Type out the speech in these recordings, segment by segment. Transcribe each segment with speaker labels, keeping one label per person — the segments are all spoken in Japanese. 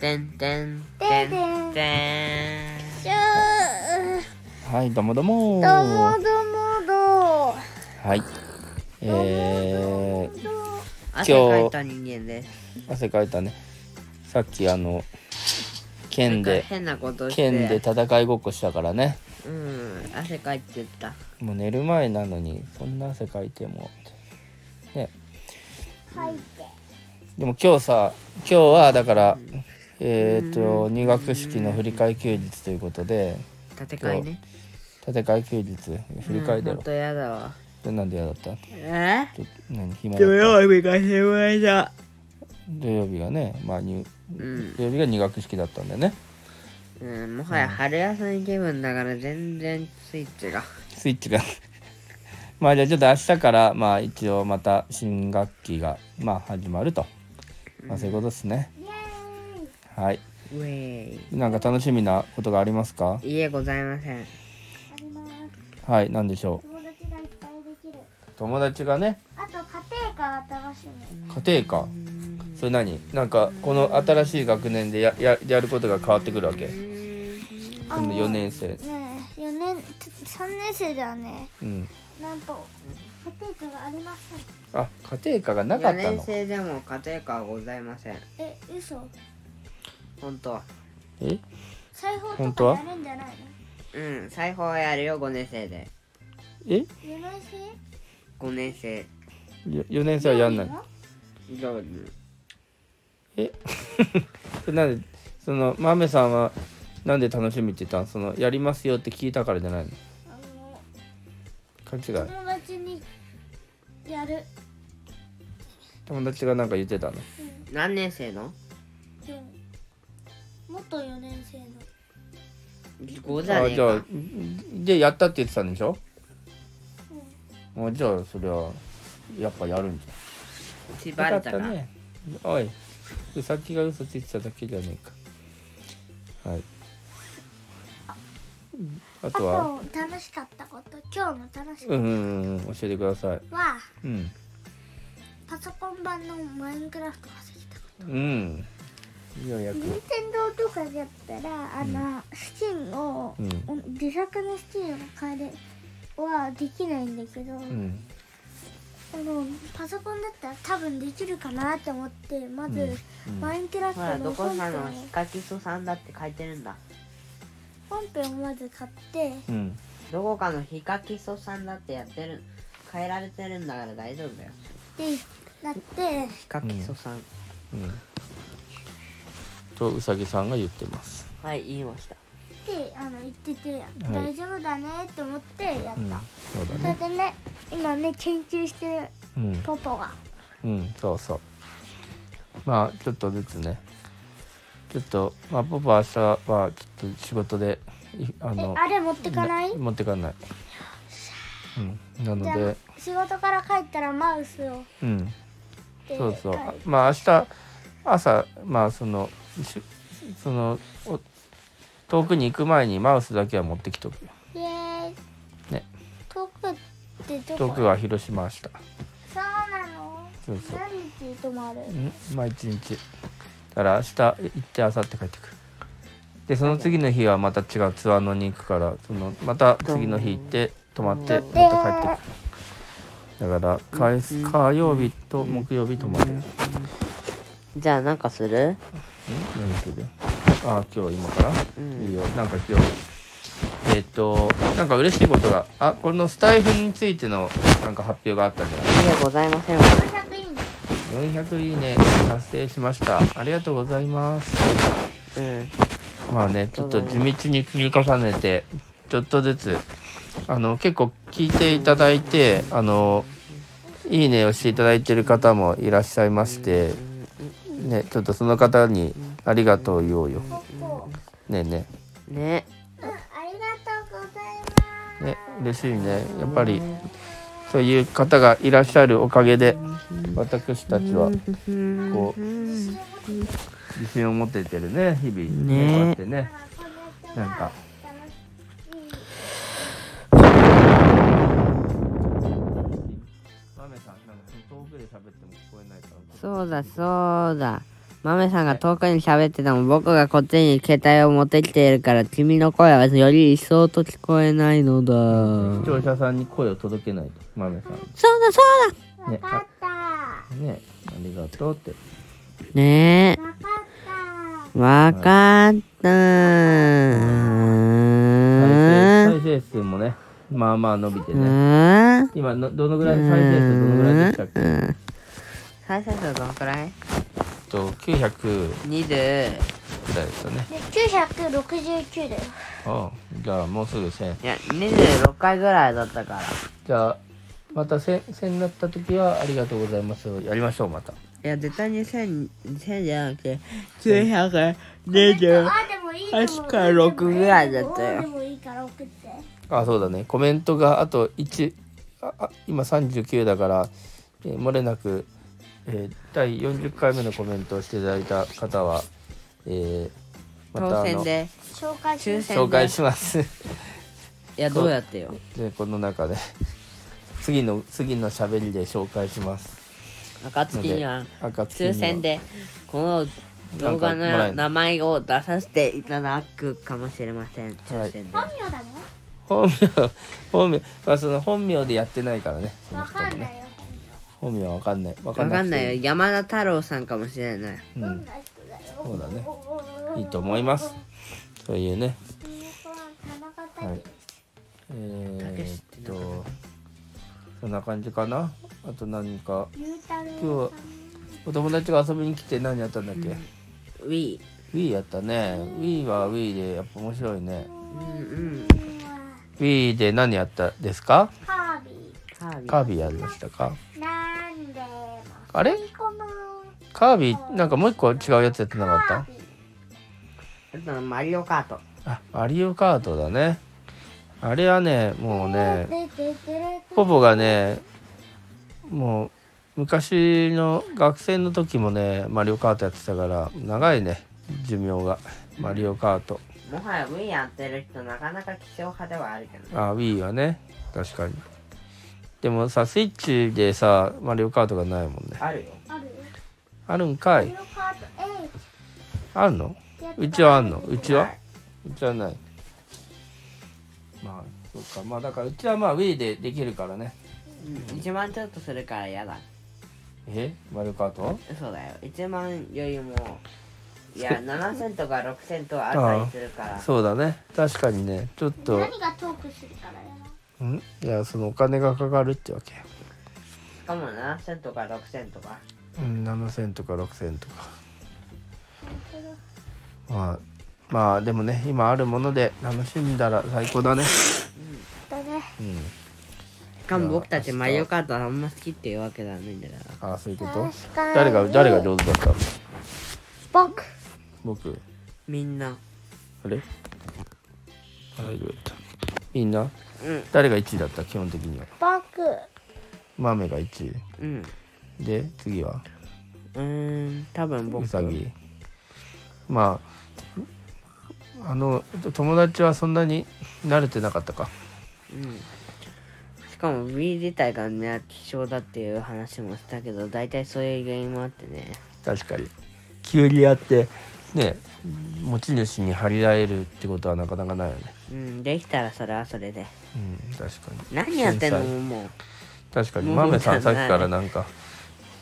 Speaker 1: てんてんてんてん。
Speaker 2: シュー
Speaker 3: はい、どうもどうも
Speaker 2: どうもどうも
Speaker 3: はい。えー、
Speaker 2: どうも
Speaker 1: 汗かいた人間です。
Speaker 3: 汗かいたね。さっきあの、剣
Speaker 1: なん
Speaker 3: で
Speaker 1: か、変なことして。
Speaker 3: 剣で戦いごっこしたからね。
Speaker 1: うん、汗かいてた。
Speaker 3: もう寝る前なのに、そんな汗かいても。ね。
Speaker 2: はいて
Speaker 3: でも今日さ、今日はだから、えっ、と、入学式の振り替え休日ということで、
Speaker 1: 戦いね。
Speaker 3: 建て替え休日、振り替えだ
Speaker 1: うんほ
Speaker 3: ろ
Speaker 1: ん。とやだわ。
Speaker 3: でなんで嫌だった
Speaker 1: え
Speaker 3: ちょ何暇
Speaker 1: 土
Speaker 3: だった
Speaker 1: 曜日が暇じゃ。
Speaker 3: 土曜日がね、まあ、入
Speaker 1: うん、
Speaker 3: 土曜日が入学式だったんだよね。
Speaker 1: うん、もはや春休み気分だから全然スイッチが。
Speaker 3: スイッチが まあじゃあちょっと明日からまあ一応また新学期がまあ始まると、まあ、そういうことですね、
Speaker 2: イエーイ
Speaker 3: はい
Speaker 1: ウェイ。
Speaker 3: なんか楽しみなことがありますか
Speaker 1: いいえ、ございません。
Speaker 2: あります
Speaker 3: はい何でしょ
Speaker 2: 友達がいっぱいできる
Speaker 3: う友達がね
Speaker 2: あと家庭科は楽しみ
Speaker 3: 家庭科それ何なんかこの新しい学年でやややることが変わってくるわけこの4年生
Speaker 2: ねえ4年3年生ではね
Speaker 3: うん
Speaker 2: なんと家庭科がありません
Speaker 3: あ家庭科がなか
Speaker 1: 4
Speaker 3: った
Speaker 1: 年
Speaker 3: の
Speaker 1: 生でも家庭科はございません。
Speaker 2: え嘘
Speaker 1: 本当。
Speaker 3: え
Speaker 2: 裁縫
Speaker 3: 本
Speaker 2: と
Speaker 3: 当は
Speaker 2: かやるんじゃない
Speaker 1: うん、裁縫はやるよ、5年生で。
Speaker 2: の
Speaker 3: え
Speaker 2: 4年
Speaker 1: 5年生、
Speaker 3: よ4年
Speaker 2: 生
Speaker 3: 生はやんない
Speaker 2: 料
Speaker 1: 料理。
Speaker 3: えそれなんでそのマメさんはなんで楽しみって言ったんそのやりますよって聞いたからじゃないの
Speaker 2: 理はあ
Speaker 3: 勘違
Speaker 2: の
Speaker 3: い
Speaker 2: 友達にやる
Speaker 3: 友達がなんか言ってたの
Speaker 1: 何年生の
Speaker 2: でも元4年生の
Speaker 1: ?5 じゃ
Speaker 3: あ
Speaker 1: ねえ
Speaker 3: じゃ
Speaker 1: か
Speaker 3: あ。でやったって言ってたんでしょあじゃあそれはやっぱやるんじゃん
Speaker 1: 縛
Speaker 3: よか
Speaker 1: れ
Speaker 3: ったた
Speaker 1: な。
Speaker 3: ねおいさっきが嘘ついてただけじゃねえかはいあ
Speaker 2: あ
Speaker 3: とは
Speaker 2: と楽しかったこと今日の楽しか
Speaker 3: う
Speaker 2: っ
Speaker 3: んうんうんうん教えてください
Speaker 2: たは
Speaker 3: うん
Speaker 2: パソコン版のマインクラフトができたこ
Speaker 3: うんようやく
Speaker 2: と任天堂とかでやったらあの、スキンを、
Speaker 3: うん
Speaker 2: 自作のスキンを変えるはできないんだけど、
Speaker 3: うん
Speaker 2: あのパソコンだったら多分できるかなって思ってまず、マインクラフ
Speaker 1: ほら、
Speaker 2: ト
Speaker 1: ど
Speaker 2: の
Speaker 1: こ
Speaker 2: 本
Speaker 1: さ
Speaker 2: 編
Speaker 1: ん
Speaker 2: を
Speaker 1: のヒカキソさんだって書いてるんだ。
Speaker 2: 本編をまず買って
Speaker 3: うん
Speaker 1: どこかのヒカキソさんだってやってる。変えられてるんだから大丈夫だよ。
Speaker 2: でなって
Speaker 1: ヒカキソさん。
Speaker 3: うんとうさぎさんが言ってます。
Speaker 1: はい、言いました。
Speaker 2: であの言ってて、大丈夫だねって思ってやった、
Speaker 3: うん、そうだ
Speaker 2: それで
Speaker 3: ね。
Speaker 2: ね今ね研究してる
Speaker 3: うん、
Speaker 2: ポポが
Speaker 3: うん、そうそう。まあちょっとずつね。ちょっとまあパパ明日はちょっと仕事でいあ
Speaker 2: え
Speaker 3: の
Speaker 2: あれ持ってかない
Speaker 3: 持ってかない。うん、な
Speaker 2: じ
Speaker 3: の
Speaker 2: ゃ
Speaker 3: で、
Speaker 2: あ仕事から帰ったらマウスを
Speaker 3: うん、
Speaker 2: で
Speaker 3: そうそう。
Speaker 2: は
Speaker 3: あ
Speaker 2: い
Speaker 3: まあ明日朝まあそのしそのお遠くに行く前にマウスだけは持ってきとくよ。
Speaker 2: イエーイ
Speaker 3: ね、
Speaker 2: 遠くってどこ
Speaker 3: 遠くは広島明日。
Speaker 2: そうなの
Speaker 3: そうそう。
Speaker 2: 何日泊まる
Speaker 3: うんまあ一日だから明日行って明後日帰ってくるでその次の日はまた違うツアーのに行くからそのまた次の日行って泊まってまた帰ってくるだから火火曜日と木曜日泊まるん
Speaker 1: じゃあ、なんかする
Speaker 3: 何するああ今日今から、
Speaker 1: うん
Speaker 3: いいよなんか今日えーっとなんか嬉しいことがあこのスタイフについてのなんか発表があったんじゃない
Speaker 1: いいえ、ございませんわ。
Speaker 2: 400いいね
Speaker 3: 400いいね達成しましたありがとうございます
Speaker 1: うん。
Speaker 3: まあね、ちょっと地道に積み重ねて、ちょっとずつ、あの、結構聞いていただいて、あの、いいねをしていただいてる方もいらっしゃいまして、ね、ちょっとその方にありがとう言おうよ。
Speaker 2: ポポ
Speaker 3: ねえね
Speaker 1: ね。
Speaker 2: うんありがとうござい
Speaker 3: え。ね、嬉しいね。やっぱり、そういう方がいらっしゃるおかげで、私たちは、こう、自信を持ててるね、日々。
Speaker 1: ねえ
Speaker 3: こうやってね。
Speaker 2: ますこの人
Speaker 3: なん
Speaker 2: が
Speaker 3: か、
Speaker 2: 楽しい
Speaker 3: 豆さん、なんか遠くで喋っても聞こえないから。
Speaker 1: そうだ、そうだ。マメさんが遠くに喋ってても僕がこっちに携帯を持ってきているから君の声はより一層と聞こえないのだ。
Speaker 3: 視聴者さんに声を届けないと、豆さん。
Speaker 1: そうだそうだ
Speaker 2: わかった。わ
Speaker 3: ね、ありがとうって。
Speaker 1: ね
Speaker 2: かっ
Speaker 1: え、
Speaker 2: た。
Speaker 1: わかった
Speaker 3: 再
Speaker 1: ー。
Speaker 3: 生再生数もね、まあまあ伸びて
Speaker 1: う
Speaker 3: ね。
Speaker 1: ーん
Speaker 3: 今の、どのぐらい、再生数どのぐらいでしたっけ
Speaker 1: 再生数どのくらい
Speaker 3: と、900
Speaker 1: ?20。
Speaker 3: ぐらいですよね。
Speaker 2: で969だよ。
Speaker 3: ああ、じゃあもうすぐ1000。
Speaker 1: いや、26回ぐらいだったから。い
Speaker 3: じゃあ、また1000、1000になった時は、ありがとうございます。やりましょう、また。
Speaker 1: や、絶対に1000、1000じゃなくて、920。
Speaker 2: あ、でもいい
Speaker 1: 確か6ぐらいだったよ
Speaker 2: でもいいから送って。
Speaker 3: あ、そうだね。コメントがあと1、ああ今39だから、えー漏れなく、えー第40回目のコメントをしていただいた方は、えーまた
Speaker 1: 当
Speaker 3: あ
Speaker 1: 選
Speaker 3: の
Speaker 1: で。
Speaker 2: 紹介し
Speaker 1: 抽
Speaker 2: ます。
Speaker 1: 選
Speaker 3: 紹介します。
Speaker 1: いや、どうやってよ。
Speaker 3: で、この中で、 次の、次の喋りで紹介します。
Speaker 1: 暁には、
Speaker 3: 暁には
Speaker 1: 抽選で、この動画
Speaker 3: なんかもらえ
Speaker 1: の
Speaker 3: る
Speaker 1: 名前を出させていただくかもしれません。抽選で。
Speaker 2: 本名だね。
Speaker 3: 本名、本名、まあ、その本名でやってないからね。その
Speaker 2: わ
Speaker 3: 人
Speaker 2: か
Speaker 3: も
Speaker 2: んない
Speaker 3: ね。
Speaker 2: よ。
Speaker 3: 本名はわかんない。わ
Speaker 1: わかんない
Speaker 3: よ。
Speaker 1: よ。山田太郎さんかもしれない。
Speaker 3: う
Speaker 2: ど
Speaker 3: ん
Speaker 2: ん。な人だよ。
Speaker 3: そうだね。いいと思います。そういうね。
Speaker 2: 田
Speaker 3: は
Speaker 2: 中
Speaker 3: い
Speaker 2: い。
Speaker 3: えー、っと、そんな感じかな。あと何か。
Speaker 2: ゆうたろうさん
Speaker 3: 今日はお友達が遊びに来て何やったんだっけ、
Speaker 1: ウィー。
Speaker 3: ?Wii やったね。Wii は Wii でやっぱ面白いね。
Speaker 1: うんうん。
Speaker 3: Wii で何やったですか
Speaker 2: カービ
Speaker 1: カービィ
Speaker 3: カービィやりましたか
Speaker 2: ィ。なんでも。
Speaker 3: あれ
Speaker 2: この
Speaker 3: カービィなんかもう一個違うやつやってなかっ
Speaker 2: カービィ。
Speaker 1: あとはマリオカート。
Speaker 3: たあ、マリオカートだね。あれはね、もうね、
Speaker 2: でででで
Speaker 3: ポポがねもう昔の学生の時もねマリオカートやってたから長いね寿命がマリオカート
Speaker 1: もはや Wii やってる人なかなか希少派ではあるけどね。
Speaker 3: あ Wii はね確かにでもさスイッチでさマリオカートがないもんね
Speaker 1: あるよ。
Speaker 2: あるよ。
Speaker 3: あるんか
Speaker 2: マリ
Speaker 3: い
Speaker 2: オカート
Speaker 3: あるの
Speaker 2: 8やった
Speaker 3: うちはあんのうちは
Speaker 1: いう
Speaker 3: ちはないまあそうかまあだからうちはまあ Wii でできるからね
Speaker 1: うん1万ちょっとするから嫌だ。
Speaker 3: えマリオカート
Speaker 1: そうだよ。1万よりも、いや、7000とか6000とかあったりするから。
Speaker 3: そうだね確かにねちょっと
Speaker 2: 何がトークするからやな。
Speaker 3: んいやそのお金がかかるってわけよ
Speaker 1: しかも7000とか6000とか。
Speaker 3: うん、7000とか6000とか
Speaker 2: 本当だ
Speaker 3: まあまあでもね今あるもので楽しんだら最高だね
Speaker 2: だね。
Speaker 3: うん
Speaker 1: しかも僕たちマリオカートあんま好きっていうわけではないんだから。
Speaker 3: ああそういうこと
Speaker 2: 確かに
Speaker 3: 誰が誰が上手だったの
Speaker 2: 僕。
Speaker 3: 僕
Speaker 1: みんな。
Speaker 3: あれ大丈夫だったみんな
Speaker 1: うん。
Speaker 3: 誰が1位だった基本的には
Speaker 2: 僕。
Speaker 3: 豆が1
Speaker 1: うん。
Speaker 3: 位で次は
Speaker 1: うーん、多分僕。
Speaker 3: うさぎまああの友達はそんなに慣れてなかったか
Speaker 1: うん。しかも Wii 自体がね、希少だっていう話もしたけど、大体そういう原因もあってね。
Speaker 3: 確かにキュウリ屋ってね持ち主に張り合えるってことはなかなかないよね
Speaker 1: うん、できたらそれはそれで。
Speaker 3: うん確かに
Speaker 1: 何やってんの
Speaker 3: 繊
Speaker 1: も
Speaker 3: 確かに
Speaker 1: もう
Speaker 3: マメさん
Speaker 1: じ
Speaker 3: さ
Speaker 1: ゃ
Speaker 3: っ
Speaker 1: な
Speaker 3: き
Speaker 1: い
Speaker 3: からなんか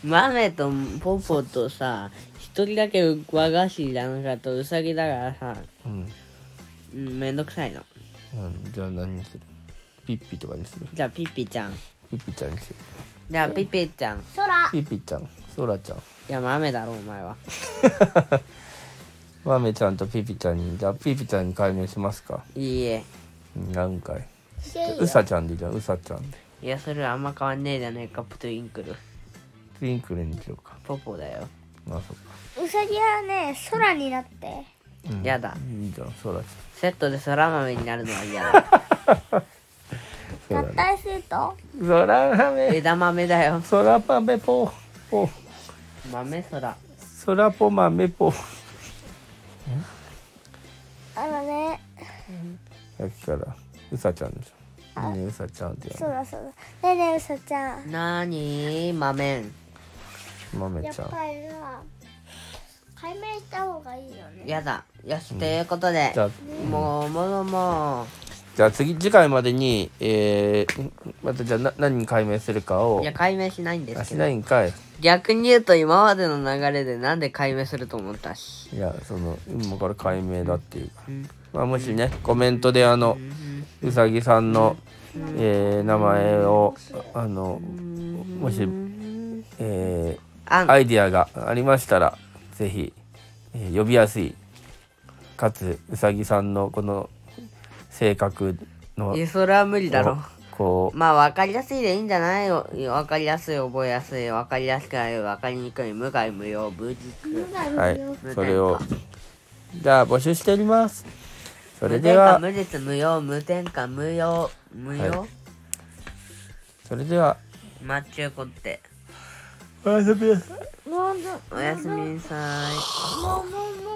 Speaker 1: う。マメとポポとさ、一人だけ和菓子なんかとウサギだからさ、
Speaker 3: うん、
Speaker 1: うん、めんどくさいの。
Speaker 3: うん、じゃあ何にするピッピとかにする
Speaker 1: じゃあピッピちゃん。
Speaker 3: ピッピちゃんにする
Speaker 1: じゃあピッピちゃん。い
Speaker 2: 空。
Speaker 3: ピッピちゃんソラちゃん
Speaker 1: や、マメだろ、お前は。
Speaker 3: マメちゃんとピッピちゃんにじゃあピッピちゃんに改名しますか
Speaker 1: いいえ。
Speaker 3: うん何回
Speaker 2: シェイ
Speaker 3: ウサちゃんでいいじゃんウサちゃんで
Speaker 1: いや、それはあんま変わんねえじゃねえか、プトゥインクル。
Speaker 3: ツインクルにしようか
Speaker 1: ポポだよ。
Speaker 3: まあそっか、
Speaker 2: ウサギはね、空になって。
Speaker 3: うん、
Speaker 1: やだ
Speaker 3: いいじゃんソラち
Speaker 1: セットで空豆になるのは嫌だ。
Speaker 3: ゃん
Speaker 2: 合
Speaker 3: そうだね
Speaker 2: 体すると。
Speaker 3: ソラマメ
Speaker 1: 枝豆だよ。
Speaker 3: ソラパメポポ
Speaker 1: 豆空。
Speaker 3: そらぽまめぽ
Speaker 2: あのね。
Speaker 3: さっきからうさちゃんでしょいいねうさちゃんって
Speaker 2: そ
Speaker 3: や
Speaker 2: う
Speaker 3: る
Speaker 2: だそうだ。ねえねえ、うさちゃん。
Speaker 1: なーにー、豆。
Speaker 3: まめ
Speaker 2: やっ
Speaker 3: ちゃん
Speaker 2: ぱりな。解明した方がいいよね
Speaker 1: やだよし、ということで
Speaker 3: じゃあ
Speaker 1: もうもうもう
Speaker 3: じゃあ次次回までに、えー、またじゃあな何に解明するかを
Speaker 1: いや解明しないんで
Speaker 3: あ
Speaker 1: す
Speaker 3: し
Speaker 1: け
Speaker 3: ない
Speaker 1: ど
Speaker 3: んかい
Speaker 1: 逆に言うと今までの流れでなんで解明すると思ったし
Speaker 3: いやその今から解明だっていう、まあ、もしねコメントであのうさぎさんの、えー名前をあのもし、え
Speaker 1: あん
Speaker 3: ーアイディアがありましたらぜひ、えー呼びやすいかつうさぎさんのこの性格の
Speaker 1: いやそれは無理だろ
Speaker 3: こう
Speaker 1: まあ分かりやすいでいいんじゃないよ分かりやすい覚えやすい分かりやすくない分かりにくい無害無用無実
Speaker 2: 無害
Speaker 3: は
Speaker 2: 無
Speaker 3: い
Speaker 2: 用、
Speaker 3: それをじゃあ募集しております。それで
Speaker 1: 無添
Speaker 3: は、
Speaker 1: 加無実無用無添加無用無用、
Speaker 3: はいそれでは、
Speaker 1: マッチューコって
Speaker 3: おやすみなさい。
Speaker 2: なんだ
Speaker 1: おやすみなさい
Speaker 2: もうもうもう